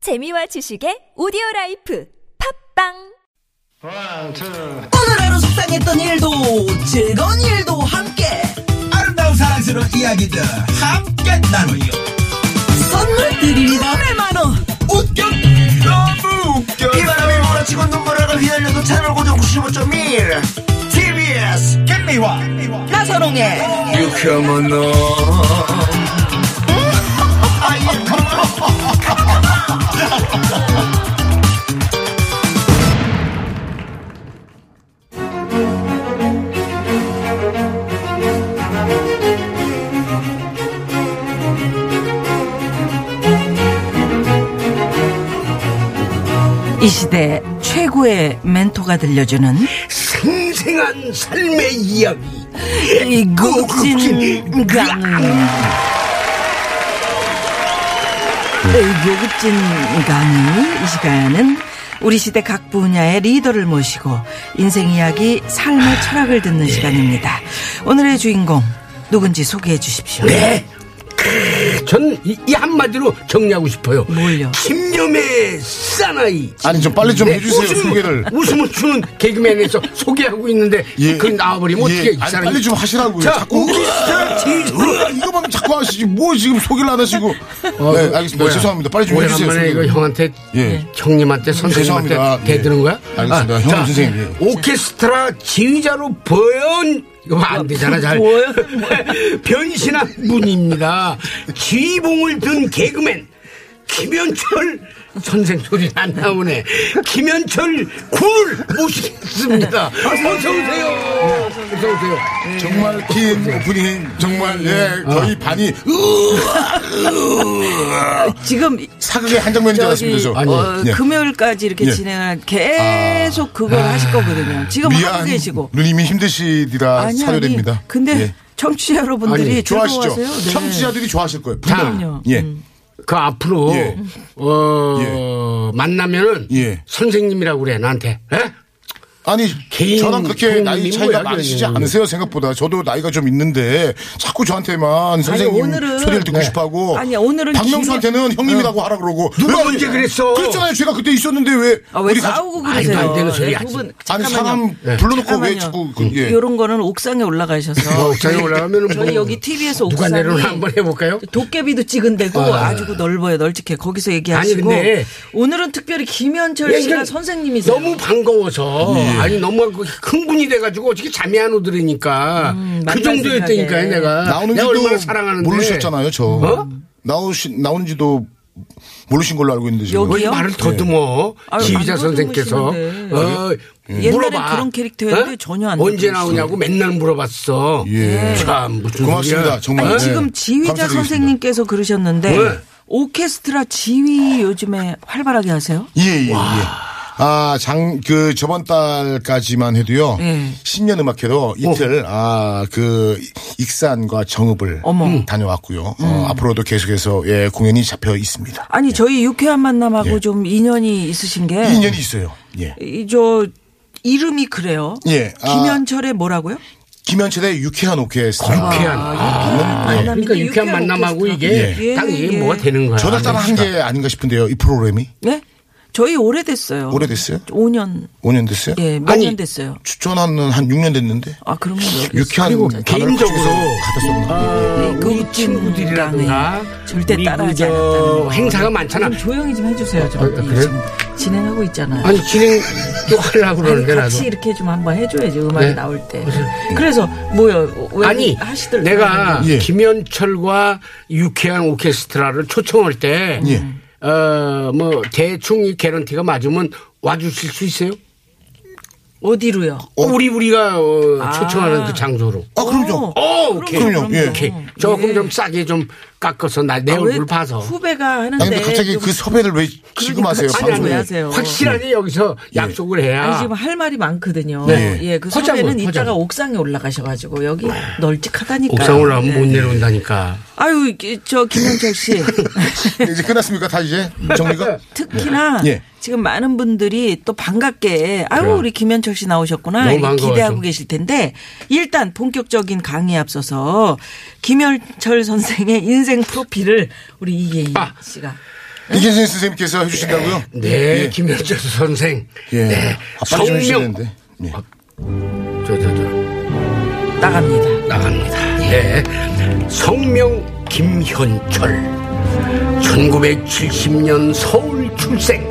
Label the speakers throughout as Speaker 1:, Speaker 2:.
Speaker 1: 재미와 지식의 오디오 라이프 팝빵
Speaker 2: One, two.
Speaker 3: 오늘 하루 속상했던 일도 즐거운 일도 함께
Speaker 4: 아름다운 사랑스러운 이야기들 함께 나누요
Speaker 3: 선물 드립니다 100만원
Speaker 4: 웃겨 너무 웃겨
Speaker 5: 바람이 몰아치고 눈물을 휘날려도 채널 고정 95.1 TBS
Speaker 4: 김미화
Speaker 3: 나선홍의
Speaker 5: 유쾌한 너
Speaker 3: 이 시대 최고의 멘토가 들려주는
Speaker 4: 생생한 삶의 이야기
Speaker 3: 이 고급진 강의 이 고급진 강의 이 시간은 우리 시대 각 분야의 리더를 모시고 인생 이야기 삶의 철학을
Speaker 2: 예.
Speaker 3: 듣는 시간입니다 오늘의 주인공 누군지 소개해 주십시오
Speaker 4: 네. 전이 이 한마디로 정리하고 싶어요.
Speaker 3: 뭘요?
Speaker 4: 김념의 사나이.
Speaker 2: 아니, 좀 빨리 좀 해주세요,
Speaker 4: 웃음,
Speaker 2: 소개를.
Speaker 4: 웃음을 주는 개그맨에서 소개하고 있는데
Speaker 2: 예.
Speaker 4: 그 나와버리면
Speaker 2: 예.
Speaker 4: 어떻게 이
Speaker 2: 아니,
Speaker 4: 사람이
Speaker 2: 빨리 좀 하시라고요.
Speaker 4: 자,
Speaker 2: 자꾸
Speaker 4: 웃기시다,
Speaker 2: 으아, 이거만 자꾸 하시지. 뭐 지금 소개를 안 하시고. 네, 알겠습니다.
Speaker 4: 어, 그 뭐야.
Speaker 2: 죄송합니다. 빨리 좀 해주세요.
Speaker 4: 오랜만에 이거
Speaker 2: 소개를.
Speaker 4: 형한테
Speaker 2: 예.
Speaker 4: 형님한테 선생님한테
Speaker 2: 죄송합니다. 예.
Speaker 4: 대드는 거야? 아,
Speaker 2: 알겠습니다. 형님, 선생님, 예.
Speaker 4: 오케스트라 지휘자로 보현 이거 안 되잖아 잘.
Speaker 3: 보현?
Speaker 4: 변신한 분입니다. 지휘봉을 든 개그맨 김현철 선생 소리 안 나오네. 김현철 군을
Speaker 2: 아,
Speaker 4: 모시겠습니다. 어서 오세요. 네. 어서 오세요.
Speaker 2: 네, 정말 긴 오프닝. 정말, 예,
Speaker 4: 네. 어.
Speaker 2: 거의 반이, 으,
Speaker 6: 지금
Speaker 2: 사극의 한 장면인 줄 알았습니다, 저.
Speaker 4: 아니,
Speaker 6: 어,
Speaker 2: 예.
Speaker 6: 금요일까지 이렇게
Speaker 2: 예. 아.
Speaker 6: 진행을 계속 그걸 하실 거거든요. 지금 하고
Speaker 2: 미안.
Speaker 6: 계시고.
Speaker 2: 누님이 힘드시리라
Speaker 6: 아니,
Speaker 2: 사료됩니다.
Speaker 6: 아니. 근데
Speaker 2: 예.
Speaker 6: 청취자 여러분들이
Speaker 4: 아니,
Speaker 2: 좋아하시죠?
Speaker 6: 즐거워하세요. 네.
Speaker 2: 청취자들이 좋아하실 거예요.
Speaker 4: 자.
Speaker 2: 분명. 예.
Speaker 6: 음.
Speaker 4: 그 앞으로
Speaker 2: 예.
Speaker 4: 어 만나면은
Speaker 2: 예.
Speaker 4: 선생님이라고 그래 나한테. 에?
Speaker 2: 아니
Speaker 4: 개인
Speaker 2: 저랑 그렇게 나이
Speaker 4: 형님인
Speaker 2: 차이가
Speaker 4: 거야,
Speaker 2: 많으시지
Speaker 4: 그냥.
Speaker 2: 않으세요 생각보다 저도 나이가 좀 있는데 자꾸 저한테만 선생님
Speaker 6: 오늘은-
Speaker 2: 소리를 듣고
Speaker 4: 네.
Speaker 2: 싶어하고
Speaker 6: 아니, 오늘은 어.
Speaker 2: 박명수한테는 형님이라고 하라 그러고
Speaker 4: 누가
Speaker 2: 왜-
Speaker 4: 언제 그랬어?
Speaker 2: 그랬잖아요 제가 그때 있었는데 왜
Speaker 6: 아, 왜
Speaker 2: 우리 가족-
Speaker 6: 싸우고
Speaker 4: 말도
Speaker 6: 그러세요?
Speaker 4: 안 되는 소리
Speaker 6: 네,
Speaker 4: 하지.
Speaker 6: 두 분,
Speaker 2: 아니
Speaker 6: 잠깐만요.
Speaker 2: 사람 불러놓고 왜
Speaker 6: 잠깐만요.
Speaker 2: 자꾸 그, 예.
Speaker 6: 이런 거는 옥상에 올라가셔서.
Speaker 4: 옥상에 올라가면은
Speaker 6: 저희
Speaker 4: 뭐
Speaker 6: 여기 TV에서
Speaker 4: 누가
Speaker 6: 옥상에.
Speaker 4: 내려오나 한번 해볼까요?
Speaker 6: 도깨비도 찍은 데고 아주 그 넓어요. 널찍해. 거기서 얘기하시고.
Speaker 4: 아니, 근데-
Speaker 6: 오늘은 특별히 김현철
Speaker 4: 예,
Speaker 6: 씨가
Speaker 4: 그냥
Speaker 6: 선생님이세요.
Speaker 4: 너무
Speaker 2: 예.
Speaker 4: 반가워서 아니 너무 그 흥분이 돼가지고 어떻게 잠이 안 오더라니까 그
Speaker 6: 음, 만날
Speaker 4: 정도였다니까요
Speaker 6: 생각에.
Speaker 4: 내가 내가 얼마나 사랑하는데
Speaker 2: 나오는지도 모르셨잖아요 저
Speaker 4: 어?
Speaker 2: 나오신 나오는지도 모르신 걸로 알고 있는데 지금
Speaker 6: 여기-
Speaker 4: 왜
Speaker 6: 여기요?
Speaker 4: 말을 더듬어
Speaker 6: 아유,
Speaker 4: 지휘자
Speaker 6: 안
Speaker 4: 선생께서
Speaker 6: 더듬으시는데.
Speaker 4: 어,
Speaker 6: 옛날엔
Speaker 4: 물어봐
Speaker 6: 그런 캐릭터였는데 전혀 안
Speaker 4: 언제
Speaker 6: 더듬으시네.
Speaker 4: 나오냐고 맨날 물어봤어
Speaker 2: 예.
Speaker 4: 참 무슨
Speaker 2: 고맙습니다
Speaker 4: 소리야. 어?
Speaker 2: 정말
Speaker 6: 아니,
Speaker 2: 네.
Speaker 6: 지금 지휘자
Speaker 2: 감사드리겠습니다.
Speaker 6: 선생님께서 그러셨는데
Speaker 4: 네.
Speaker 6: 오케스트라 지휘 요즘에 활발하게 하세요?
Speaker 2: 예, 예, 예. 아, 장, 그, 저번 달까지만 해도요.
Speaker 6: 예.
Speaker 2: 신년 음악회로 이틀, 아, 그, 익산과 정읍을
Speaker 6: 어머.
Speaker 2: 음. 다녀왔고요. 어, 앞으로도 계속해서, 예, 공연이 잡혀 있습니다.
Speaker 6: 아니 저희 유쾌한 만남하고
Speaker 2: 예.
Speaker 6: 좀 인연이 있으신 게
Speaker 2: 인연이 있어요. 예.
Speaker 6: 이 저 이름이 그래요.
Speaker 2: 예, 아.
Speaker 6: 김현철의 뭐라고요?
Speaker 2: 김현철의 유쾌한 오케스트라. 음. 네.
Speaker 4: 유쾌한 아,
Speaker 6: 만남인데
Speaker 4: 그러니까 유쾌한 만남하고 이게
Speaker 6: 예.
Speaker 4: 딱 이게
Speaker 6: 예.
Speaker 4: 뭐가 되는 거야
Speaker 2: 저도 따라 한 게 아닌가 싶은데요. 이 프로그램이.
Speaker 6: 네? 저희 오래됐어요.
Speaker 2: 오래됐어요?
Speaker 6: 5년.
Speaker 2: 5년 됐어요?
Speaker 6: 예, 몇
Speaker 4: 아니.
Speaker 6: 년 됐어요.
Speaker 2: 추천하는 한 6년 됐는데.
Speaker 6: 아, 그런 건 모르겠어요.
Speaker 2: 유쾌한 음.
Speaker 4: 그리고
Speaker 2: 단어를
Speaker 4: 개인적으로
Speaker 2: 그쪽에서 갖다 썼나?
Speaker 4: 어,
Speaker 6: 그
Speaker 4: 우리 친구들이라든가
Speaker 6: 찐강에 절대
Speaker 4: 우리
Speaker 6: 따라하지
Speaker 4: 그 저
Speaker 6: 않았다는 거.
Speaker 4: 행사가 많잖아.
Speaker 6: 좀 조용히 좀 해주세요. 저
Speaker 4: 아, 그래요?
Speaker 6: 지금 진행하고 있잖아요.
Speaker 4: 아니 진행도 하려고
Speaker 6: 아니,
Speaker 4: 그러는데 나도.
Speaker 6: 같이 이렇게 좀 한번 해줘야지 음악이
Speaker 4: 네.
Speaker 6: 나올 때. 그래서 뭐요? 왜
Speaker 4: 아니
Speaker 6: 하시더라고요.
Speaker 4: 내가
Speaker 2: 예.
Speaker 4: 김현철과 유쾌한 오케스트라를 초청할 때
Speaker 2: 예.
Speaker 4: 어, 뭐, 대충 이 개런티가 맞으면 와주실 수 있어요?
Speaker 6: 어디로요?
Speaker 4: 우리, 우리가, 어,
Speaker 6: 아.
Speaker 4: 초청하는 그 장소로.
Speaker 2: 아,
Speaker 6: 어,
Speaker 2: 그럼요.
Speaker 4: 어, 오케이.
Speaker 2: 그럼요, 예.
Speaker 4: 오케이. 조금 좀 싸게 좀 깎아서 나, 내
Speaker 6: 아, 왜
Speaker 4: 얼굴 봐서.
Speaker 6: 후배가 하는데
Speaker 2: 아니, 근데 갑자기
Speaker 6: 네, 좀-
Speaker 2: 그 섭외를 왜 지금 하세요?
Speaker 6: 같이
Speaker 2: 방송에.
Speaker 6: 해야지. 아, 하세요. 네.
Speaker 4: 확실하게 여기서 약속을 해야.
Speaker 6: 아니, 지금 할 말이 많거든요.
Speaker 2: 네.
Speaker 6: 예, 그
Speaker 4: 허장은,
Speaker 6: 선배는
Speaker 4: 허장.
Speaker 6: 이따가 옥상에 올라가셔가지고 여기 널찍하다니까.
Speaker 4: 아. 옥상 올라가면
Speaker 6: 네.
Speaker 4: 못 내려온다니까.
Speaker 6: 아유, 이게 저 김현철 씨
Speaker 2: 네, 이제 끝났습니까? 다 이제 정리가?
Speaker 6: 특히나
Speaker 2: 예.
Speaker 6: 지금 많은 분들이 또 반갑게 아유 우리 김현철 씨 나오셨구나
Speaker 4: 너무
Speaker 6: 이렇게
Speaker 4: 반가워요,
Speaker 6: 기대하고
Speaker 4: 좀.
Speaker 6: 계실 텐데 일단 본격적인 강의에 앞서서 김현철 선생의 인생 프로필을 우리 이계희
Speaker 4: 아.
Speaker 6: 씨가
Speaker 2: 이계생 선생님께서 해주신다고요?
Speaker 4: 네,
Speaker 2: 예.
Speaker 4: 김현철 선생.
Speaker 2: 예.
Speaker 4: 네,
Speaker 2: 아, 빨리 좀 해주셔야
Speaker 4: 성명.
Speaker 2: 되는데. 예.
Speaker 4: 저, 저, 저.
Speaker 6: 나갑니다.
Speaker 4: 나갑니다.
Speaker 6: 예.
Speaker 4: 네. 성명 김현철. 1970년 서울 출생.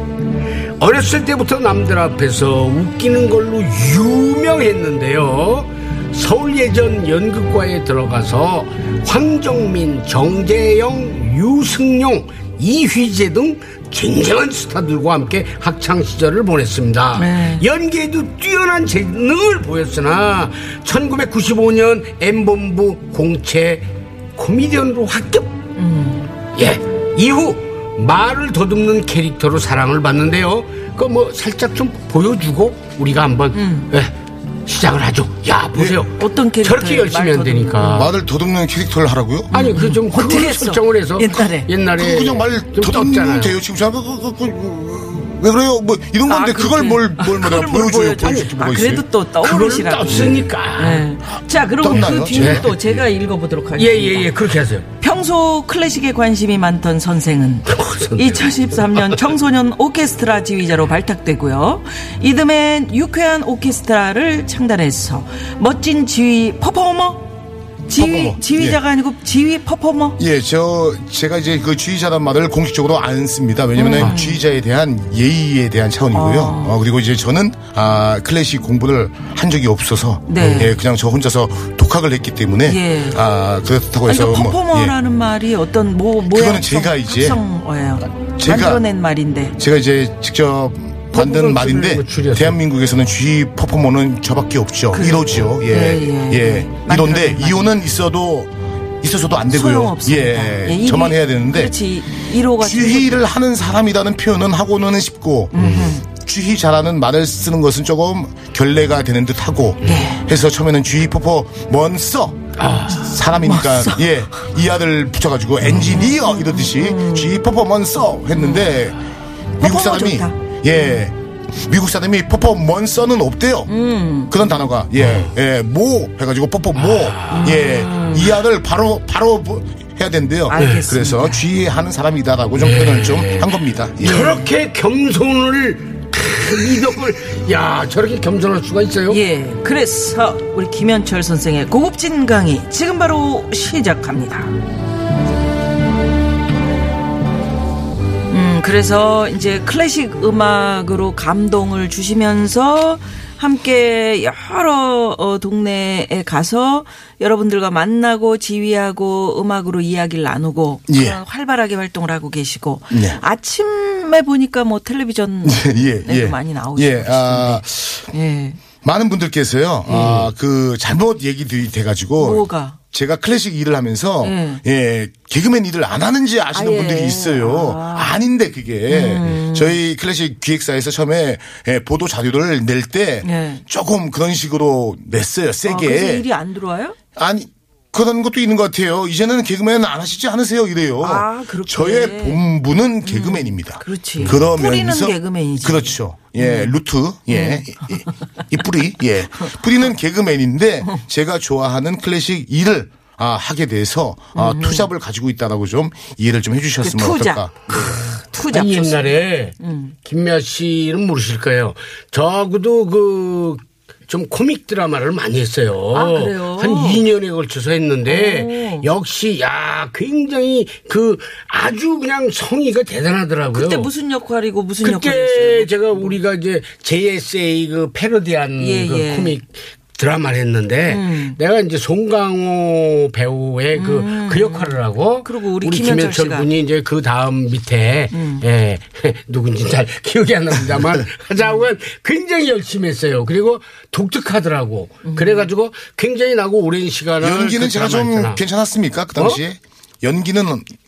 Speaker 4: 어렸을 때부터 남들 앞에서 웃기는 걸로 유명했는데요. 서울 예전 연극과에 들어가서 황정민, 정재영, 유승용, 이휘재 등 쟁쟁한 스타들과 함께 학창 시절을 보냈습니다.
Speaker 6: 네.
Speaker 4: 연기에도 뛰어난 재능을 보였으나 1995년 M본부 공채 코미디언으로 합격. 예. 이후 말을 더듬는 캐릭터로 사랑을 받는데요. 그 뭐 살짝 좀 보여주고 우리가 한번 예, 시작을 하죠. 야 보세요.
Speaker 6: 어떤 음. 캐릭터예요?
Speaker 4: 저렇게 열심히
Speaker 6: 말
Speaker 4: 안
Speaker 6: 더듬는
Speaker 4: 되니까.
Speaker 2: 말을 더듬는 캐릭터를 하라고요? 네.
Speaker 4: 아니 그 좀
Speaker 6: 어떻게
Speaker 4: 그걸
Speaker 6: 했어?
Speaker 4: 설정을 해서
Speaker 6: 옛날에.
Speaker 4: 옛날에
Speaker 2: 그거 그냥 말
Speaker 4: 좀
Speaker 2: 더듬으면
Speaker 4: 떴잖아요.
Speaker 2: 돼요. 지금 생각 그, 그, 그, 그, 왜 그래요? 뭐 이런 건데
Speaker 6: 아,
Speaker 2: 그걸
Speaker 6: 그렇게.
Speaker 2: 뭘, 뭘 말해
Speaker 6: 그걸 뭘
Speaker 2: 보여줘요.
Speaker 6: 보여줘.
Speaker 2: 보여줄 게
Speaker 6: 아,
Speaker 2: 뭐가 있어요?
Speaker 6: 그래도 또
Speaker 4: 그걸
Speaker 6: 떠오르시라고.
Speaker 4: 떴으니까.
Speaker 6: 네. 자, 그리고
Speaker 2: 떴나요?
Speaker 6: 그 뒤에
Speaker 2: 네.
Speaker 6: 또 제가 읽어보도록 하겠습니다.
Speaker 4: 예예예 그렇게 하세요.
Speaker 6: 평소 클래식에 관심이 많던 선생은 2013년 청소년 오케스트라 지휘자로 발탁되고요. 이듬해 유쾌한 오케스트라를 창단해서 멋진 지휘 퍼포머? 지휘,
Speaker 2: 퍼포머,
Speaker 6: 지휘자가 아니고 지휘 퍼포머?
Speaker 2: 예, 저 제가 이제 그 주의자란 말을 공식적으로 안 씁니다. 왜냐면은
Speaker 6: 음.
Speaker 2: 주의자에 대한 예의에 대한 차원이고요. 어, 그리고 이제 저는 아 클래식 공부를 한 적이 없어서
Speaker 6: 네.
Speaker 2: 예, 그냥 저 혼자서 독학을 했기 때문에
Speaker 6: 예.
Speaker 2: 아 그렇다고
Speaker 6: 아니,
Speaker 2: 해서
Speaker 6: 그
Speaker 2: 뭐, 예.
Speaker 6: 퍼포머라는 말이 어떤 뭐, 뭐,
Speaker 2: 그거는 제가 이제
Speaker 6: 합성어예요.
Speaker 2: 제가-
Speaker 6: 만들어낸 말인데.
Speaker 2: 예. 제가 이제 직접 만든
Speaker 4: 퍼포먼스를
Speaker 2: 말인데
Speaker 4: 뭐 줄여서.
Speaker 2: 대한민국에서는 G 퍼포머는 저밖에 없죠. 1호죠. 예.
Speaker 6: 그렇죠. 예, 예.
Speaker 2: 예.
Speaker 6: 만들어낸
Speaker 2: 1호인데
Speaker 6: 말이에요.
Speaker 2: 2호는 있어도 있어서도 안 되고요.
Speaker 6: 소용없습니다.
Speaker 2: 예.
Speaker 6: 예, 이게-
Speaker 2: 저만 해야 되는데
Speaker 6: 그렇지. 1호가
Speaker 2: 주희를 하는 사람이라는 표현은 하고는 싶고
Speaker 6: 음.
Speaker 2: 주희 잘하는 말을 쓰는 것은 조금 결례가 되는 듯하고
Speaker 6: 예.
Speaker 2: 해서 처음에는 주희 포포 먼써
Speaker 6: 아.
Speaker 2: 사람이니까 예 이하를 붙여가지고 엔지니어 이러듯이 주희 포포 먼써 했는데 미국
Speaker 6: 포포먼
Speaker 2: 사람이
Speaker 6: 좋다.
Speaker 2: 예 미국 사람이 포포 먼써는 없대요
Speaker 6: 음.
Speaker 2: 그런 단어가 예. 예예모 해가지고 포포
Speaker 6: 아.
Speaker 2: 모예 이하를 바로 바로 해야 된대요
Speaker 6: 알겠습니다.
Speaker 2: 그래서 주의하는 사람이다라고 좀 표현을 좀 한 겁니다. 예.
Speaker 4: 저렇게 겸손을 이덕을 야 저렇게 겸손할 수가 있어요?
Speaker 6: 예, 그래서 우리 김현철 선생의 고급진 강의 지금 바로 시작합니다. 음, 그래서 이제 클래식 음악으로 감동을 주시면서 함께 여러 어, 동네에 가서 여러분들과 만나고 지휘하고 음악으로 이야기를 나누고
Speaker 2: 예.
Speaker 6: 그런 활발하게 활동을 하고 계시고
Speaker 2: 네.
Speaker 6: 아침에 보니까 뭐 텔레비전
Speaker 2: 예, 예.
Speaker 6: 에도 많이 나오시고
Speaker 2: 예, 아,
Speaker 6: 예.
Speaker 2: 많은 분들께서요, 아, 그, 잘못 얘기들이 돼가지고.
Speaker 6: 뭐가?
Speaker 2: 제가 클래식 일을 하면서,
Speaker 6: 예.
Speaker 2: 예, 개그맨 일을 안 하는지 아시는
Speaker 6: 아예. 음.
Speaker 2: 분들이 있어요. 아. 닌데 그게. 저희 클래식 기획사에서 처음에 예, 보도 자료를 낼 때
Speaker 6: 예. 조금
Speaker 2: 조금 그런 식으로 냈어요,
Speaker 6: 아, 그래서
Speaker 2: 세게.
Speaker 6: 일이 안 들어와요?
Speaker 2: 아니 그런 것도 있는 것 같아요. 이제는 개그맨 안 하시지 않으세요 이래요.
Speaker 6: 아, 그렇게. 음,
Speaker 2: 저의 본부는 개그맨입니다.
Speaker 6: 그렇지.
Speaker 2: 그러면서
Speaker 6: 뿌리는 개그맨이지. 음.
Speaker 2: 그렇죠. 예, 루트. 예. 이- 이- 이 뿌리. 예. 뿌리는 개그맨인데 제가 좋아하는 클래식 일을 아, 하게 돼서 아, 투잡을 가지고 있다라고 좀 이해를 좀 해주셨으면
Speaker 6: 음. 그 투잡.
Speaker 2: 어떨까.
Speaker 6: 투잡.
Speaker 4: 아니, 옛날에 김미아 씨는 모르실 거예요. 저하고도 그. 좀 코믹 드라마를 많이 했어요.
Speaker 6: 아, 그래요?
Speaker 4: 한 2년에 걸쳐서 했는데
Speaker 6: 오.
Speaker 4: 역시 야 굉장히 그 아주 그냥 성의가 대단하더라고요.
Speaker 6: 그때 무슨 역할이고 무슨 역할이었어요? 뭐,
Speaker 4: 그때 제가 우리가 이제 JSA 그 패러디한
Speaker 6: 예, 음.
Speaker 4: 그
Speaker 6: 예.
Speaker 4: 코믹 드라마를 했는데 내가 이제 송강호 배우의 그 그 역할을 하고
Speaker 6: 음. 그리고 우리 김현철
Speaker 4: 김현철
Speaker 6: 씨가.
Speaker 4: 군이 이제 그 다음 밑에 예 누군지 잘 기억이 안 납니다만 하자면 굉장히 열심히 했어요. 그리고 독특하더라고.
Speaker 6: 음.
Speaker 4: 그래가지고 굉장히 나고 오랜 시간을
Speaker 2: 연기는
Speaker 4: 그
Speaker 2: 제가 좀
Speaker 4: 드라마 했잖아. 어?
Speaker 2: 괜찮았습니까? 그 당시에? 연기는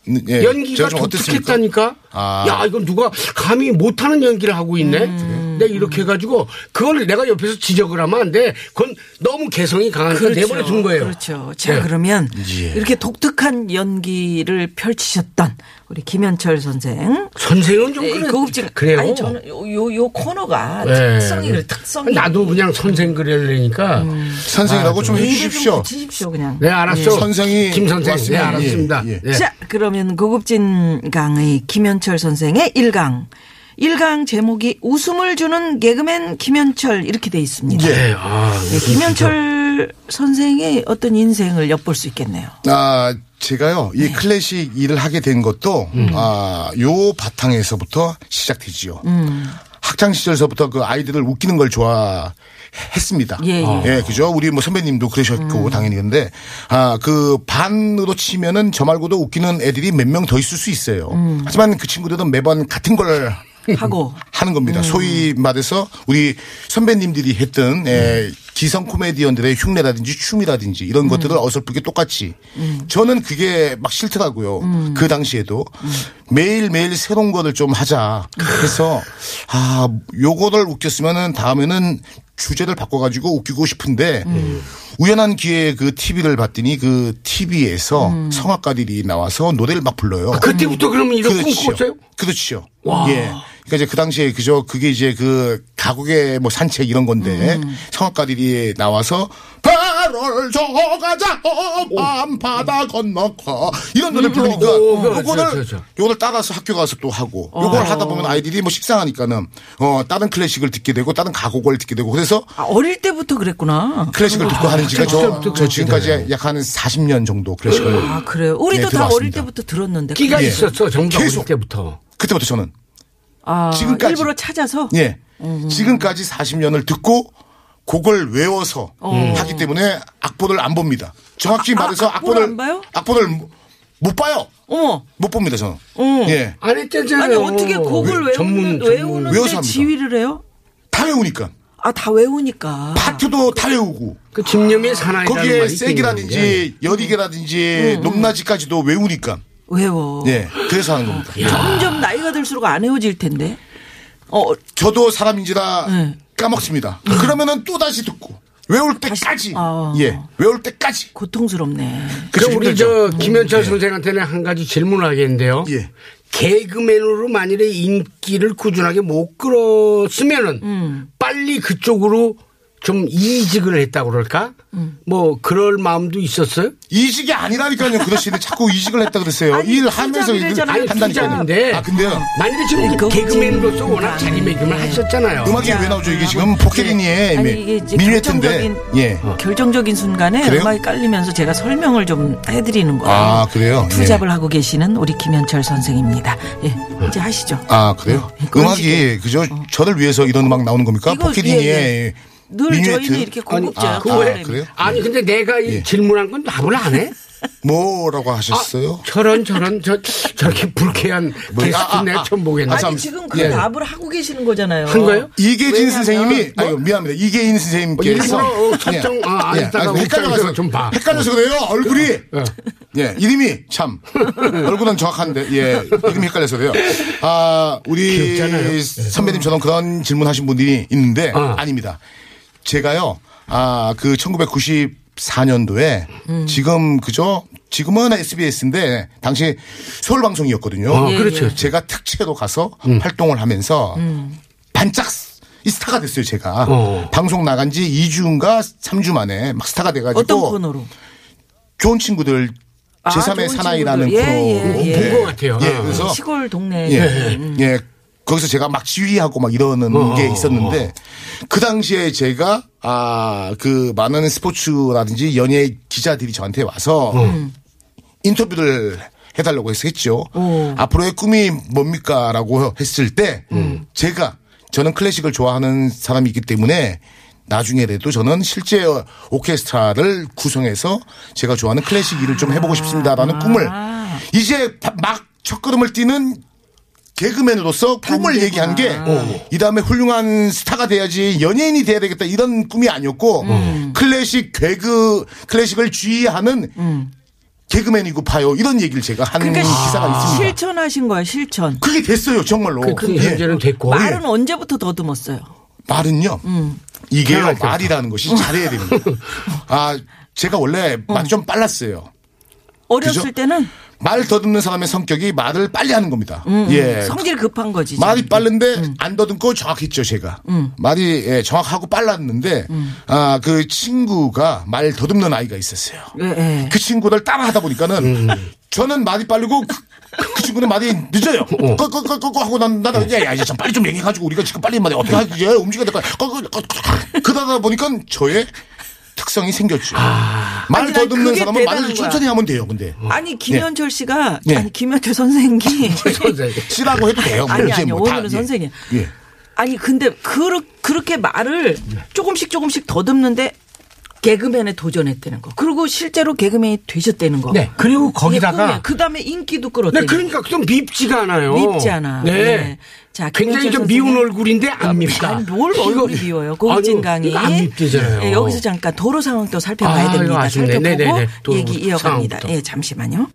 Speaker 2: 음, 예,
Speaker 4: 연기가
Speaker 2: 제가 좀 어땠습니까?
Speaker 4: 독특했다니까.
Speaker 2: 아.
Speaker 4: 야 이건 누가 감히 못하는 연기를 하고 있네.
Speaker 2: 음.
Speaker 4: 내가 이렇게 해가지고 그걸 내가 옆에서 지적을 하면 안 돼. 그건 너무 개성이 강하니까 내버려 둔네 거예요.
Speaker 6: 그렇죠. 자,
Speaker 4: 예.
Speaker 6: 그러면 이렇게 독특한 연기를 펼치셨던 우리 김현철 선생.
Speaker 4: 선생은 좀
Speaker 6: 네,
Speaker 4: 그래.
Speaker 6: 고급진
Speaker 4: 그래요.
Speaker 6: 아니 저는 요 요 요 코너가
Speaker 4: 예.
Speaker 6: 특성이 그래 특성이 음.
Speaker 4: 나도 그냥 선생 그려려니까.
Speaker 2: 선생이라고 좀
Speaker 6: 입에 아, 네. 좀
Speaker 2: 해주십시오.
Speaker 6: 붙이십시오 그냥.
Speaker 4: 네, 알았어.
Speaker 2: 예. 선생이
Speaker 4: 김 선생. 네,
Speaker 2: 고맙습니다.
Speaker 4: 알았습니다.
Speaker 2: 예, 예.
Speaker 4: 예.
Speaker 6: 자, 그러면 고급진 강의 김현철 선생의 1강. 1강 제목이 웃음을 주는 개그맨 김현철 이렇게 돼 있습니다.
Speaker 2: 예.
Speaker 4: 네, 아,
Speaker 6: 네, 김현철 선생의 어떤 인생을 엿볼 수 있겠네요.
Speaker 2: 아, 제가요,
Speaker 6: 네.
Speaker 2: 이 클래식 일을 하게 된 것도,
Speaker 6: 음.
Speaker 2: 아, 요 바탕에서부터 시작되지요.
Speaker 6: 음.
Speaker 2: 학창시절서부터 그 아이들을 웃기는 걸 좋아했습니다.
Speaker 6: 예, 음. 예.
Speaker 2: 그죠? 우리 뭐 선배님도 그러셨고, 당연히. 근데, 아, 그 반으로 치면은 저 말고도 웃기는 애들이 몇 명 더 있을 수 있어요.
Speaker 6: 음.
Speaker 2: 하지만 그 친구들은 매번 같은 걸
Speaker 6: 하고
Speaker 2: 하는 겁니다. 소위 말해서 우리 선배님들이 했던 에, 기성 코미디언들의 흉내라든지 춤이라든지 이런 것들을 어설프게 똑같이 저는 그게 막 싫더라고요. 그 당시에도 매일매일 새로운 거를 좀 하자. 그래서 아, 요거를 웃겼으면은 다음에는 주제를 바꿔가지고 웃기고 싶은데 우연한 기회에 그 TV를 봤더니 그 TV에서 성악가들이 나와서 노래를 막 불러요.
Speaker 4: 아, 그때부터 그러면 이거 꿈꿨어요?
Speaker 2: 그렇죠. 예. 그러니까 이제 그 당시에 그저 그게 이제 그 가곡의 뭐 산책 이런 건데
Speaker 4: 음.
Speaker 2: 성악가들이 나와서 배를 저가자 어, 밤바다 건너가 이런 노래 부르니까
Speaker 4: 오, 그렇죠,
Speaker 2: 요거를
Speaker 4: 그렇죠. 어.
Speaker 2: 요걸 따라서 학교 가서 또 하고 요걸 하다 보면 아이들이 뭐 식상하니까는 어 다른 클래식을 듣게 되고 다른 가곡을 듣게 되고 그래서
Speaker 6: 아, 어릴 때부터 그랬구나.
Speaker 2: 클래식을
Speaker 4: 아,
Speaker 2: 듣고 하는 지가 저,
Speaker 4: 그때부터
Speaker 2: 저 지금까지 약 한 40년 정도 클래식을
Speaker 6: 아 그래요. 우리도
Speaker 2: 네,
Speaker 6: 다 어릴
Speaker 2: 들어왔습니다.
Speaker 6: 때부터 들었는데.
Speaker 4: 끼가
Speaker 2: 예.
Speaker 4: 있었어, 정답
Speaker 2: 계속.
Speaker 4: 어릴 때부터.
Speaker 2: 그때부터 저는
Speaker 6: 아,
Speaker 2: 지금까지.
Speaker 6: 일부러 찾아서.
Speaker 2: 예. 지금까지 40년을 듣고 곡을 외워서 하기 때문에 악보를 안 봅니다. 정확히
Speaker 6: 아, 아,
Speaker 2: 말해서
Speaker 6: 악보를
Speaker 2: 악보를
Speaker 6: 안 봐요?
Speaker 2: 악보를 못- 못 봐요.
Speaker 6: 어머.
Speaker 2: 못 봅니다 저는.
Speaker 6: 어.
Speaker 2: 예.
Speaker 4: 안 했잖아요. 그
Speaker 6: 아니 어떻게 곡을 외우는 외우는데
Speaker 2: 네, 외워서 합니다.
Speaker 6: 지휘를 해요?
Speaker 2: 다 외우니까
Speaker 6: 아 다 외우니까.
Speaker 2: 파트도 다 외우고
Speaker 4: 그 집념이 사나이라는
Speaker 2: 거기에
Speaker 4: 말이 있긴 있는데. 예,
Speaker 2: 세기라든지 여리개라든지 높낮이까지도 외우니까.
Speaker 6: 어. 외워.
Speaker 2: 예. 그래서 하는 겁니다.
Speaker 6: 점점 나이가 들수록 안 외워질 텐데. 어,
Speaker 2: 저도 사람인지라
Speaker 6: 네.
Speaker 2: 까먹습니다. 그러면은 또 다시 듣고 외울 때까지
Speaker 6: 아.
Speaker 2: 예 외울 때까지.
Speaker 6: 고통스럽네.
Speaker 4: 그럼 우리
Speaker 2: 힘들죠.
Speaker 4: 저 김현철 선생한테는 한 가지 질문하겠는데요.
Speaker 2: 예.
Speaker 4: 개그맨으로 만일에 인기를 꾸준하게 못 끌었으면은
Speaker 6: 음.
Speaker 4: 빨리 그쪽으로 좀 이직을 했다고 그럴까?
Speaker 6: 음.
Speaker 4: 뭐 그럴 마음도 있었어요?
Speaker 2: 이직이 아니라니까요. 그러시는데 자꾸 이직을 했다 그랬어요.
Speaker 6: 아니,
Speaker 2: 일하면서
Speaker 6: 투잡이
Speaker 2: 일을
Speaker 6: 되잖아요,
Speaker 4: 투잡인데.
Speaker 2: 한다니까요. 네, 아, 근데요.
Speaker 4: 만일에 지금
Speaker 6: 그거 음.
Speaker 4: 개그맨으로서
Speaker 6: 지금
Speaker 4: 워낙 자리매김을
Speaker 6: 네.
Speaker 4: 하셨잖아요.
Speaker 2: 음악이 왜 나오죠? 이게 지금
Speaker 6: 아니
Speaker 2: 포켓이니에
Speaker 6: 이게 이제
Speaker 2: 밀리트인데.
Speaker 6: 결정적인 어. 그
Speaker 2: 예.
Speaker 6: 결정적인 순간에
Speaker 2: 그래요?
Speaker 6: 음악이 깔리면서 제가 설명을 좀 해드리는 거예요.
Speaker 2: 아, 그래요?
Speaker 6: 투잡을 하고 계시는 우리 김현철 선생입니다. 예, 이제 하시죠.
Speaker 2: 아, 그래요?
Speaker 6: 어, 그런
Speaker 2: 음악이,
Speaker 6: 식의-
Speaker 2: 그죠? 저를 위해서 이런 음악 나오는 겁니까?
Speaker 6: 이거,
Speaker 2: 포켓이니에.
Speaker 6: 예, 예. 늘 저희는 이렇게 고급져요.
Speaker 2: 아,
Speaker 6: 그거에.
Speaker 2: 아, 그래요?
Speaker 4: 아니 근데 내가
Speaker 2: 예.
Speaker 4: 이 질문한 건 답을 안 해?
Speaker 2: 뭐라고
Speaker 6: 아,
Speaker 2: 하셨어요?
Speaker 4: 저런 저런 저 저렇게 불쾌한
Speaker 2: 뭐야?
Speaker 4: 게스트
Speaker 2: 아,
Speaker 4: 내
Speaker 2: 아,
Speaker 4: 처음 보겠네.
Speaker 2: 아, 참.
Speaker 6: 아니 지금 그
Speaker 2: 예.
Speaker 6: 답을 하고 계시는 거잖아요.
Speaker 4: 한 거예요?
Speaker 2: 이계진
Speaker 6: 왜냐면- 뭐?
Speaker 2: 선생님이, 아유, 미안합니다. 이계인 선생님께서. 예.
Speaker 4: 일부러, 어, 걱정, 어, 안 했다가
Speaker 2: 헷갈려서
Speaker 4: 걱정해서 좀 봐. 어,
Speaker 2: 헷갈려서 그래요, 얼굴이. 예, 이름이 참. 얼굴은 정확한데, 예, 이름이 헷갈려서 그래요. 아, 우리
Speaker 4: 귀엽잖아요. 예.
Speaker 2: 선배님처럼 그런 질문 하신 분들이 있는데,
Speaker 4: 어.
Speaker 2: 아닙니다. 제가요, 아, 그 1994년도에
Speaker 6: 음.
Speaker 2: 지금, 그죠? 지금은 SBS인데, 당시 서울방송이었거든요.
Speaker 4: 어, 예, 그렇죠. 음. 예.
Speaker 2: 제가 특채로 가서 활동을 하면서
Speaker 6: 음.
Speaker 2: 반짝 이 스타가 됐어요, 제가.
Speaker 4: 어.
Speaker 2: 방송 나간 지 2주인가 3주 만에 막 스타가 돼가지고.
Speaker 6: 어떤 코너로?
Speaker 2: 좋은 친구들
Speaker 6: 아,
Speaker 2: 제3의
Speaker 6: 좋은
Speaker 2: 사나이라는
Speaker 6: 친구들.
Speaker 2: 프로
Speaker 6: 예, 예, 예.
Speaker 4: 본것 같아요.
Speaker 2: 예,
Speaker 4: 아.
Speaker 2: 그래서
Speaker 6: 시골 동네.
Speaker 2: 예, 어, 예. 거기서 제가 막 지휘하고 막 이러는 게 있었는데 그 당시에 제가 아 그 많은 스포츠라든지 연예 기자들이 저한테 와서 인터뷰를 해달라고 해서 했죠. 앞으로의 꿈이 뭡니까라고 했을 때 제가 저는 클래식을 좋아하는 사람이기 때문에 나중에라도 저는 실제 오케스트라를 구성해서 제가 좋아하는 클래식 일을 좀 해보고 싶습니다라는 꿈을 이제 바- 막 첫걸음을 뛰는 개그맨으로서 꿈을 얘기한 게 이 다음에 훌륭한 스타가 돼야지 연예인이 돼야 되겠다 이런 꿈이 아니었고 클래식 개그 클래식을 주의하는 개그맨이고 봐요. 이런 얘기를 제가 한
Speaker 6: 그러니까
Speaker 2: 기사가 있습니다.
Speaker 6: 실천하신 거야 실천.
Speaker 2: 그게 됐어요, 정말로.
Speaker 4: 그, 그
Speaker 2: 예.
Speaker 4: 현재는 됐고.
Speaker 6: 말은 언제부터 더듬었어요?
Speaker 2: 말은요. 이게요.
Speaker 4: 태어날 때부터.
Speaker 2: 말이라는 것이 잘해야 됩니다. 아, 제가 원래 말이 좀 빨랐어요.
Speaker 6: 어렸을
Speaker 2: 그죠?
Speaker 6: 때는
Speaker 2: 말 더듬는 사람의 성격이 말을 빨리 하는 겁니다. 예.
Speaker 6: 성질 급한 거지. 지금.
Speaker 2: 말이 빠른데
Speaker 6: 음.
Speaker 2: 안 더듬고 정확했죠 제가 말이 예, 정확하고 빨랐는데
Speaker 6: 음.
Speaker 2: 아 그 친구가 말 더듬는 아이가 있었어요.
Speaker 6: 예, 예.
Speaker 2: 그 친구들 따라하다 보니까는
Speaker 6: 음.
Speaker 2: 저는 말이 빠르고 그, 그 친구는 말이 늦어요. 꺼꺼꺼꺼 하고 난 나는 야야 이제 참 빨리 좀 얘기해가지고 우리가 지금 빨리 말이 어떻게 하지 움직여야 될 거야. 꺼꺼꺼 그러다 보니까 저의 특성이 생겼죠. 말
Speaker 6: 아니, 난
Speaker 2: 더듬는
Speaker 6: 그게
Speaker 2: 사람은
Speaker 6: 대단한 거야.
Speaker 2: 말을 천천히 하면 돼요. 근데
Speaker 4: 어.
Speaker 6: 아니 김현철 씨가
Speaker 2: 예.
Speaker 6: 아니 김현철 선생이
Speaker 4: 선생님.
Speaker 2: 씨라고 해도 돼요. 뭐
Speaker 6: 아니
Speaker 2: 이제
Speaker 6: 아니
Speaker 2: 뭐 다,
Speaker 6: 오늘은
Speaker 2: 예.
Speaker 6: 선생님.
Speaker 2: 예.
Speaker 6: 아니 근데 그르, 그렇게 말을
Speaker 4: 예.
Speaker 6: 조금씩 조금씩 더듬는데 개그맨에 도전했다는 거. 그리고 실제로 개그맨이 되셨다는 거.
Speaker 4: 네. 그리고 거기다가
Speaker 6: 그 다음에 인기도
Speaker 4: 네,
Speaker 6: 끌었대요.
Speaker 4: 그러니까 좀 밉지가 않아요.
Speaker 6: 밉지 않아.
Speaker 4: 네.
Speaker 6: 네. 자,
Speaker 4: 굉장히
Speaker 6: 김현철
Speaker 4: 좀 미운
Speaker 6: 선생님.
Speaker 4: 얼굴인데 안 밉다.
Speaker 6: 아니, 뭘 얼굴이
Speaker 4: 이거-
Speaker 6: 비워요.
Speaker 4: 아니요,
Speaker 6: 고급진 강의.
Speaker 4: 이거 안 밉대잖아요.
Speaker 6: 예, 여기서 잠깐 도로 상황도 살펴봐야
Speaker 4: 아, 이거
Speaker 6: 됩니다.
Speaker 4: 아쉽네.
Speaker 6: 살펴보고
Speaker 4: 네네네. 도로
Speaker 6: 얘기 이어갑니다.
Speaker 4: 상황부터.
Speaker 6: 예, 잠시만요.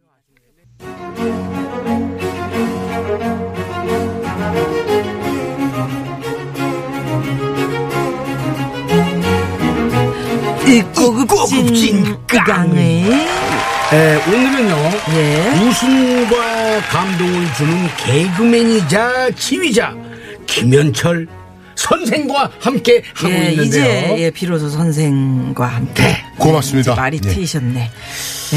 Speaker 6: 이 고급진
Speaker 4: 고급진
Speaker 6: 강의.
Speaker 4: 예, 오늘은요.
Speaker 6: 예.
Speaker 4: 웃음과 감동을 주는 개그맨이자 지휘자 김현철 선생과 함께 하고
Speaker 6: 예,
Speaker 4: 있는데요. 예.
Speaker 6: 이제 예, 비로소 선생과 함께
Speaker 4: 네.
Speaker 2: 고맙습니다.
Speaker 6: 말이
Speaker 2: 예.
Speaker 6: 트이셨네.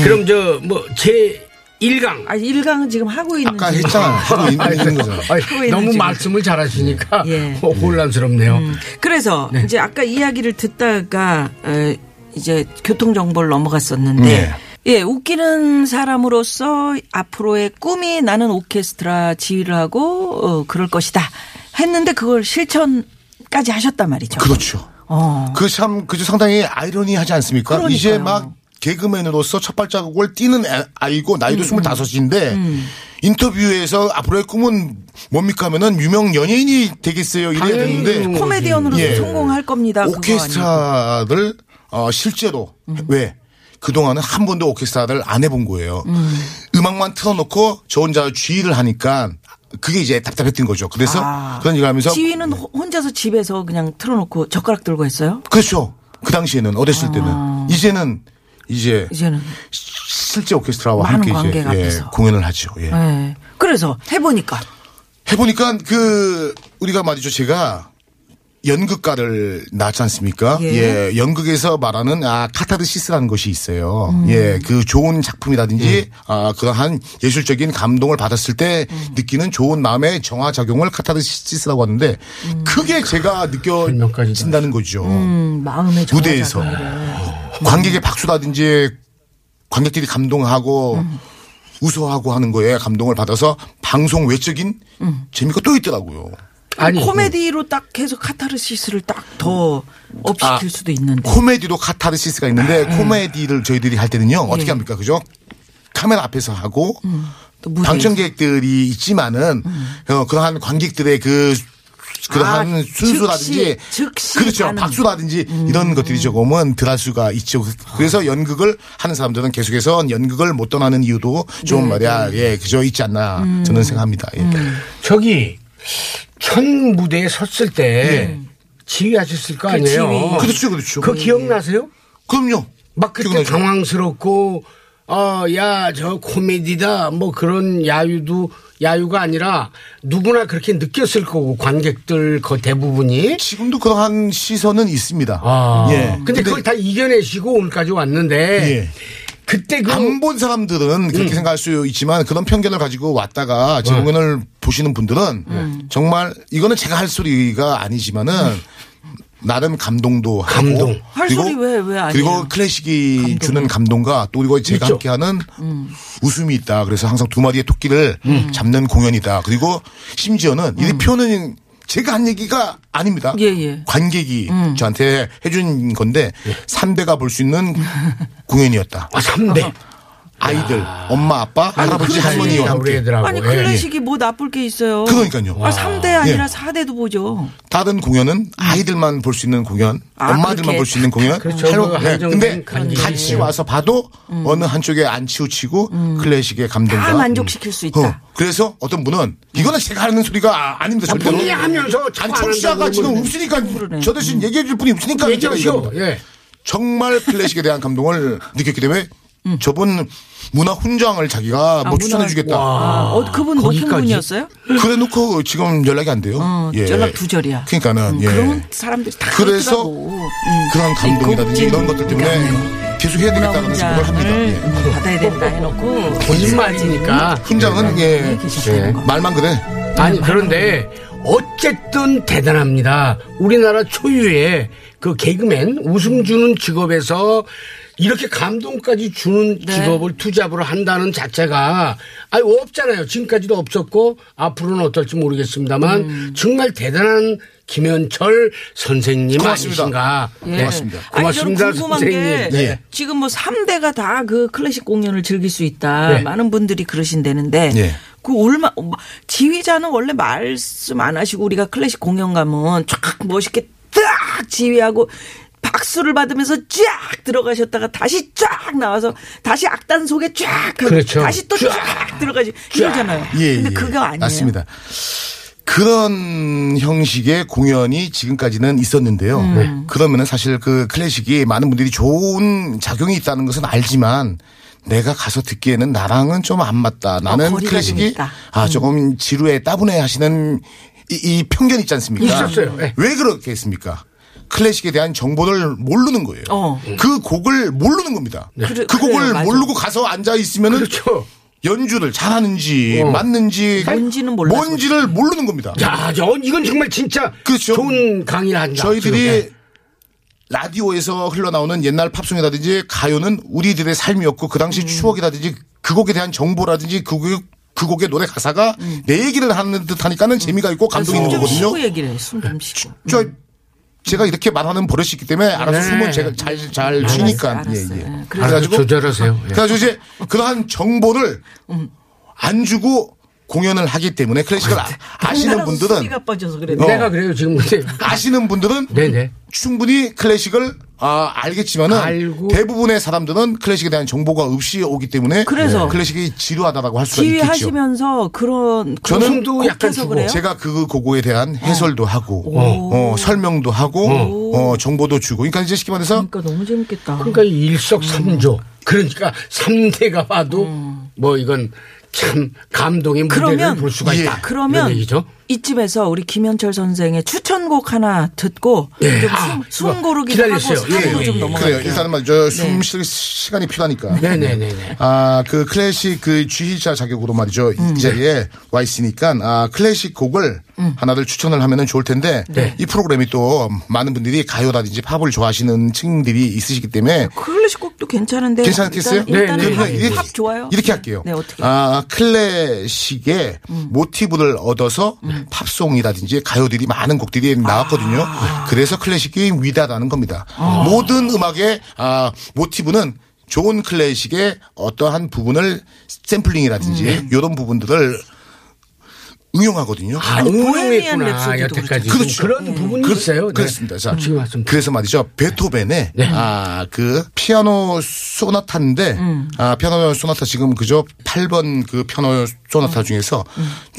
Speaker 4: 그럼 저 뭐 제 1강
Speaker 6: 아, 일강 지금 하고 있는
Speaker 2: 아까
Speaker 6: 중이에요.
Speaker 2: 했잖아. 하고 있는, 있는 거잖아.
Speaker 6: 하고 있는
Speaker 4: 너무
Speaker 6: 중이죠.
Speaker 4: 말씀을 잘하시니까
Speaker 6: 예.
Speaker 4: 어, 혼란스럽네요.
Speaker 6: 그래서 이제 아까 이야기를 듣다가 에, 이제 교통 정보를 넘어갔었는데
Speaker 2: 네.
Speaker 6: 예 웃기는 사람으로서 앞으로의 꿈이 나는 오케스트라 지휘를 하고 어, 그럴 것이다 했는데 그걸 실천까지 하셨단 말이죠.
Speaker 2: 그렇죠.
Speaker 6: 어.
Speaker 2: 그 참 그 상당히 아이러니하지 않습니까?
Speaker 6: 그러니까요.
Speaker 2: 이제 막 개그맨으로서 첫 발자국을 띄는 애- 아이고 나이도 스물 25인데 인터뷰에서 앞으로의 꿈은 뭡니까 하면은 유명 연예인이 되겠어요 이래야
Speaker 4: 당연히
Speaker 2: 되는데
Speaker 6: 코미디언으로
Speaker 2: 예.
Speaker 6: 성공할 겁니다. 그거 아니에요.
Speaker 2: 오케스트라를 어, 실제로 왜 그동안은 한 번도 오케스트라를 안 해본 거예요. 음. 악만 틀어놓고 저 혼자 주의를 하니까 그게 이제 답답했던 거죠. 그래서
Speaker 6: 아.
Speaker 2: 그런 얘기 하면서
Speaker 6: 지휘는 호- 혼자서 집에서 그냥 틀어놓고 젓가락 들고 했어요.
Speaker 2: 그렇죠. 그 당시에는 어렸을 때는 이제는 이제
Speaker 6: 아. 이제는
Speaker 2: 실제 오케스트라와
Speaker 6: 많은
Speaker 2: 함께 이제
Speaker 6: 관객
Speaker 2: 예,
Speaker 6: 앞에서.
Speaker 2: 공연을 하죠. 예.
Speaker 6: 예. 그래서 해보니까
Speaker 2: 해보니까 그 우리가 말이죠 제가 연극가를 낳지 않습니까?
Speaker 6: 예.
Speaker 2: 예. 연극에서 말하는 아 카타르시스라는 것이 있어요.
Speaker 6: 음.
Speaker 2: 예, 그 좋은 작품이라든지
Speaker 6: 예.
Speaker 2: 아 그러한 예술적인 감동을 받았을 때
Speaker 6: 음.
Speaker 2: 느끼는 좋은 마음의 정화 작용을 카타르시스라고 하는데 그게 제가 느껴진다는 거죠.
Speaker 6: 음, 마음의 정화
Speaker 2: 무대에서 관객의 박수라든지 관객들이 감동하고 웃어하고 하는 거에 감동을 받아서 방송 외적인 재미가 또 있더라고요.
Speaker 4: 아니
Speaker 6: 코미디로 딱 계속 카타르시스를 딱 더
Speaker 4: 아.
Speaker 6: 업시킬 수도 있는데.
Speaker 2: 코미디도 카타르시스가 있는데 코미디를 저희들이 할 때는요 어떻게 합니까 그죠? 카메라 앞에서 하고
Speaker 6: 또 무대에서. 음.
Speaker 2: 방청객들이 있지만은 어, 그러한 관객들의 그 그러한
Speaker 6: 아,
Speaker 2: 순수라든지
Speaker 6: 즉시, 즉시 음.
Speaker 2: 그렇죠
Speaker 6: 반응.
Speaker 2: 박수라든지 이런 것들이 조금은 덜할 수가 있죠 그-
Speaker 6: 아.
Speaker 2: 그래서 연극을 하는 사람들은 계속해서 연극을 못 떠나는 이유도
Speaker 6: 네,
Speaker 2: 좀 말이야 예 그저 있지 않나
Speaker 6: 음.
Speaker 2: 저는 생각합니다 예.
Speaker 4: 저기 첫 무대에 섰을 때 지휘하셨을 거 아니에요.
Speaker 2: 그렇죠 그렇죠
Speaker 4: 그거 기억나세요?
Speaker 2: 그럼요 뭐
Speaker 4: 막 그때
Speaker 2: 기억나죠?
Speaker 4: 당황스럽고 어 야 저 코미디다 뭐 그런 야유도 야유가 아니라 누구나 그렇게 느꼈을 거고 관객들 거 대부분이
Speaker 2: 지금도 그러한 시선은 있습니다
Speaker 4: 아
Speaker 2: 예
Speaker 4: 근데 그걸 다 이겨내시고 오늘까지 왔는데
Speaker 2: 예.
Speaker 4: 그때 음. 그
Speaker 2: 안본 사람들은 그렇게 생각할 수 있지만 그런 편견을 가지고 왔다가
Speaker 4: 네.
Speaker 2: 제 공연을 보시는 분들은 정말 이거는 제가 할 소리가 아니지만은 나름 감동도 하고
Speaker 4: 감동.
Speaker 6: 할 소리 왜- 왜 아니에요?
Speaker 2: 그리고 클래식이 주는 감동과 또 그리고 제가
Speaker 4: 있죠.
Speaker 2: 함께하는 웃음이 있다. 그래서 항상 두 마리의 토끼를
Speaker 4: 음.
Speaker 2: 잡는 공연이다. 그리고 심지어는 이 표현은 제가 한 얘기가 아닙니다.
Speaker 6: 예, 예.
Speaker 2: 관객이 저한테
Speaker 4: 예.
Speaker 2: 해준 건데 삼 3대가 볼 수 있는 공연이었다.
Speaker 4: 아, 3대
Speaker 2: 아이들, 엄마, 아빠, 할아버지, 할머니와
Speaker 4: 우리
Speaker 2: 함께
Speaker 4: 애들하고.
Speaker 6: 아니
Speaker 4: 예.
Speaker 6: 클래식이 뭐 나쁠 게 있어요.
Speaker 2: 그러니까요.
Speaker 6: 아, 3대
Speaker 2: 예.
Speaker 6: 아니라 사 4대도 보죠.
Speaker 2: 다른 공연은 아이들만 볼 수 있는 공연,
Speaker 6: 아,
Speaker 2: 엄마들만
Speaker 6: 그렇게
Speaker 2: 볼 수 있는 공연.
Speaker 4: 그렇죠.
Speaker 2: 할머-
Speaker 4: 그
Speaker 2: 네,
Speaker 4: 한정된 네.
Speaker 2: 근데
Speaker 4: 관객이
Speaker 2: 같이
Speaker 4: 있어요.
Speaker 2: 와서 봐도 어느 한쪽에 안 치우치고 클래식의
Speaker 6: 음.
Speaker 2: 감동과
Speaker 6: 다 만족시킬 수 있다.
Speaker 2: 어, 그래서 어떤 분은 이거는 제가 하는 소리가 아, 닙니다 절대로.
Speaker 4: 본인이 하면서 자꾸
Speaker 2: 아니
Speaker 4: 안
Speaker 2: 청취자가
Speaker 4: 한다고
Speaker 2: 지금
Speaker 4: 그러면.
Speaker 2: 없으니까 저 대신 얘기해 줄 분이 없으니까 제가
Speaker 4: 음. 얘기하시오.
Speaker 2: 얘기합니다.
Speaker 4: 예.
Speaker 2: 정말 클래식에 대한 감동을 느꼈기 때문에
Speaker 6: 음.
Speaker 2: 저번 문화 훈장을 자기가 뭐 추천해 주겠다.
Speaker 6: 아, 어, 그분 못한 분이었어요?
Speaker 2: 그래 놓고 지금 연락이 안 돼요. 예.
Speaker 6: 어, 연락 두절이야. 음,
Speaker 2: 그러니까는 예.
Speaker 6: 그런 사람들이 다
Speaker 2: 그래서
Speaker 6: 그렇더라고. 음. 네.
Speaker 2: 그런 감동이라든지
Speaker 6: 이
Speaker 2: 이런 것들 때문에
Speaker 6: 그러니까요.
Speaker 2: 계속 해야 되겠다는 생각을
Speaker 6: 문화훈장을
Speaker 2: 합니다. 예.
Speaker 6: 네. 음, 받아야 된다 해놓고
Speaker 4: 거짓말이니까.
Speaker 2: 훈장은 예,
Speaker 6: 네, 계셨다는
Speaker 2: 예,
Speaker 6: 거.
Speaker 2: 말만 그래.
Speaker 4: 아니 그런데 어쨌든 대단합니다. 우리나라 초유의 그 개그맨 웃음 주는 직업에서 이렇게 감동까지 주는 직업을 투잡으로 한다는 자체가 아니 없잖아요. 지금까지도 없었고 앞으로는 어떨지 모르겠습니다만 정말 대단한 김현철 선생님
Speaker 2: 고맙습니다.
Speaker 4: 아니신가? 네.
Speaker 2: 예. 고맙습니다.
Speaker 6: 아니 저는
Speaker 4: 고맙습니다,
Speaker 6: 궁금한 게
Speaker 4: 선생님.
Speaker 2: 네.
Speaker 6: 지금 뭐 3대가 다 그 클래식 공연을 즐길 수 있다.
Speaker 4: 네.
Speaker 6: 많은 분들이 그러신다는데
Speaker 2: 예.
Speaker 6: 그 얼마 지휘자는 원래 말씀 안 하시고 우리가 클래식 공연 가면 촥 멋있게 딱 지휘하고 박수를 받으면서 쫙 들어가셨다가 다시 쫙 나와서 다시 악단 속에 쫙 하고
Speaker 4: 그렇죠.
Speaker 6: 다시 또 쫙 들어가시 이러잖아요.
Speaker 2: 예,
Speaker 6: 근데
Speaker 2: 예.
Speaker 6: 그거 아니에요.
Speaker 2: 맞습니다. 그런 형식의 공연이 지금까지는 있었는데요.
Speaker 6: 음.
Speaker 2: 네. 그러면은 사실 그 클래식이 많은 분들이 좋은 작용이 있다는 것은 알지만 내가 가서 듣기에는 나랑은 좀 안 맞다. 나는
Speaker 6: 아, 거리가 좀
Speaker 2: 클래식이
Speaker 6: 있다. 음.
Speaker 2: 아 조금 지루해 따분해 하시는 이, 이 편견 있지 않습니까? 음.
Speaker 4: 있었어요. 예.
Speaker 2: 왜 그렇게 했습니까? 클래식에 대한 정보를 모르는 거예요.
Speaker 6: 어. 네.
Speaker 2: 그 곡을 모르는 겁니다.
Speaker 6: 그래-
Speaker 2: 그 곡을
Speaker 6: 그래요, 맞아.
Speaker 2: 모르고 가서 앉아 있으면은
Speaker 4: 그렇죠.
Speaker 2: 연주를 잘하는지 맞는지
Speaker 6: 뭔지는 몰라서.
Speaker 2: 뭔지를 모르는 겁니다.
Speaker 4: 어. 야, 저 이건 정말 진짜
Speaker 2: 그렇죠.
Speaker 4: 좋은 강의를 한다.
Speaker 2: 저희들이 라디오에서 흘러나오는 옛날 팝송이라든지 가요는 우리들의 삶이었고 그
Speaker 6: 음.
Speaker 2: 당시 추억이라든지 그 곡에 대한 정보라든지 그, 곡- 그 곡의 노래 가사가 내 얘기를 하는 듯하니까는 재미가 있고 감동이 있는
Speaker 6: 음. 숨좀 쉬고
Speaker 2: 거거든요.
Speaker 6: 얘기를 해. 숨좀 쉬고.
Speaker 2: 저 제가 이렇게 말하는 버릇이 있기 때문에 알아서
Speaker 4: 네.
Speaker 2: 숨은 제가 잘 잘 쉬니까
Speaker 6: 알았어요.
Speaker 2: 예, 예.
Speaker 6: 네,
Speaker 4: 알아서 조절하세요. 예.
Speaker 2: 그래가지고 이제 그러한 정보를 안 주고 공연을 하기 때문에 클래식을 아- 아시는
Speaker 6: 우리나라
Speaker 2: 분들은
Speaker 6: 소리가 빠져서 그래.
Speaker 2: 어.
Speaker 4: 내가 그래요 지금 근데
Speaker 2: 아시는 분들은
Speaker 4: 네네.
Speaker 2: 충분히 클래식을 아, 알겠지만은
Speaker 4: 알고.
Speaker 2: 대부분의 사람들은 클래식에 대한 정보가 없이 오기 때문에 네,
Speaker 6: 그래서
Speaker 2: 클래식이 지루하다라고 할 수가 있겠죠.
Speaker 6: 지휘하시면서 그런 그런
Speaker 2: 저는
Speaker 6: 곡-
Speaker 4: 약간
Speaker 6: 곡해서
Speaker 4: 주고
Speaker 6: 그래요? 어.
Speaker 2: 제가 그 곡에 대한 해설도 하고 어, 설명도 하고 어, 정보도 주고 그러니까 이제 쉽게 말해서
Speaker 6: 그러니까 너무 재밌겠다.
Speaker 4: 그러니까 이 일석삼조. 그러니까 삼대가 봐도 뭐 이건 참 감동의 무대를
Speaker 6: 음. 그러면 예,
Speaker 4: 볼 수가 있다.
Speaker 6: 그러면
Speaker 4: 이런 얘기죠.
Speaker 6: 이쯤에서 우리 김현철 선생의 추천곡 하나 듣고
Speaker 4: 예.
Speaker 6: 좀
Speaker 4: 아,
Speaker 6: 숨,
Speaker 4: 이거
Speaker 6: 숨 고르기도 하고
Speaker 4: 기다리세요. 예,
Speaker 6: 사부로
Speaker 4: 예,
Speaker 6: 그러니까 좀
Speaker 4: 예.
Speaker 2: 그래요.
Speaker 6: 넘어갈게요. 네.
Speaker 2: 일단은 말이죠. 숨 쉴 시간이 필요하니까.
Speaker 4: 네네네네.
Speaker 2: 아, 그 클래식 그 주의자 자격으로 말이죠. 이 자리에 와 있으니까 아, 클래식 곡을 하나를 추천을 하면은 좋을 텐데
Speaker 4: 네.
Speaker 2: 이 프로그램이 또 많은 분들이 가요라든지 팝을 좋아하시는 층들이 있으시기 때문에
Speaker 6: 클래식 곡도 괜찮은데
Speaker 2: 괜찮겠어요?
Speaker 6: 일단,
Speaker 4: 네,
Speaker 6: 일단은
Speaker 4: 네,
Speaker 6: 팝,
Speaker 4: 네,
Speaker 2: 이렇게,
Speaker 6: 팝 좋아요.
Speaker 2: 이렇게 할게요.
Speaker 6: 네, 어떻게? 음.
Speaker 2: 아, 클래식의 모티브를 얻어서 팝송이라든지 가요들이 많은 곡들이 나왔거든요.
Speaker 6: 아.
Speaker 2: 네, 그래서 클래식이 위다라는 겁니다. 모든 음악의 아, 모티브는 좋은 클래식의 어떠한 부분을
Speaker 6: 음.
Speaker 2: 샘플링이라든지
Speaker 6: 네.
Speaker 2: 이런 부분들을 응용하거든요.
Speaker 4: 아,
Speaker 6: 아니, 보헤미안
Speaker 4: 응용했구나
Speaker 6: 랩소디도 음.
Speaker 4: 여태까지.
Speaker 2: 그렇죠.
Speaker 4: 런 부분이
Speaker 2: 그렇-
Speaker 4: 있어요. 네.
Speaker 2: 그렇습니다. 음, 자,
Speaker 4: 지금 말씀.
Speaker 2: 그래서 말이죠. 베토벤의 아, 그 피아노 소나타인데 아, 피아노 소나타 지금 그저 8번 그 피아노 소나타 중에서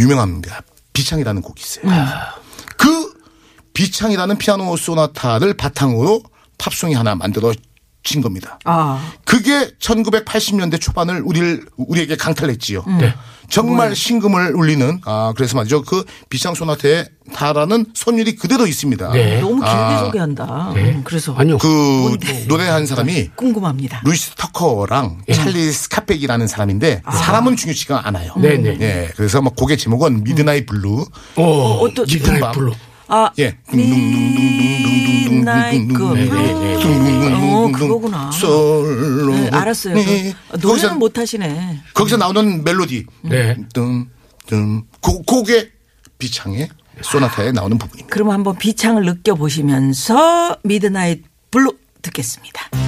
Speaker 2: 유명합니다. 비창이라는 곡이 있어요. 그 비창이라는 피아노 소나타를 바탕으로 팝송이 하나 만들어진 겁니다.
Speaker 6: 아,
Speaker 2: 그게 1980년대 초반을 우리를 우리에게 강탈했지요.
Speaker 6: 음. 네.
Speaker 2: 정말 신금을 울리는 아 그래서 말이죠 그 비상 소나타의 다라는 선율이 그대로 있습니다.
Speaker 4: 네.
Speaker 6: 너무 길게
Speaker 2: 아,
Speaker 6: 소개한다. 음, 그래서
Speaker 4: 아니요.
Speaker 2: 그 노래한 사람이
Speaker 6: 궁금합니다.
Speaker 2: 루이스 터커랑
Speaker 6: 예.
Speaker 2: 찰리 스카펙이라는 사람인데
Speaker 6: 아.
Speaker 2: 사람은 중요치가 않아요.
Speaker 4: 네네.
Speaker 2: 예, 그래서 막 곡의 제목은 미드나잇 블루.
Speaker 4: 어,
Speaker 6: 어떤-
Speaker 4: 니들
Speaker 2: 밤.
Speaker 4: 불러.
Speaker 6: 아,
Speaker 2: 예. 네,
Speaker 6: midnight
Speaker 4: 네,
Speaker 6: 어, 그거구나.
Speaker 2: 솔로.
Speaker 6: 네, 알았어요.
Speaker 2: 네.
Speaker 6: 그- 노래는
Speaker 2: 거기서
Speaker 6: 못 하시네.
Speaker 2: 거기서 나오는 멜로디.
Speaker 4: 네.
Speaker 2: 뜸, 뜸. 고, 그게 비창의 소나타에 나오는 부분입니다.
Speaker 6: 그럼 한번 비창을 느껴보시면서 미드나잇 블루 듣겠습니다.
Speaker 2: 음.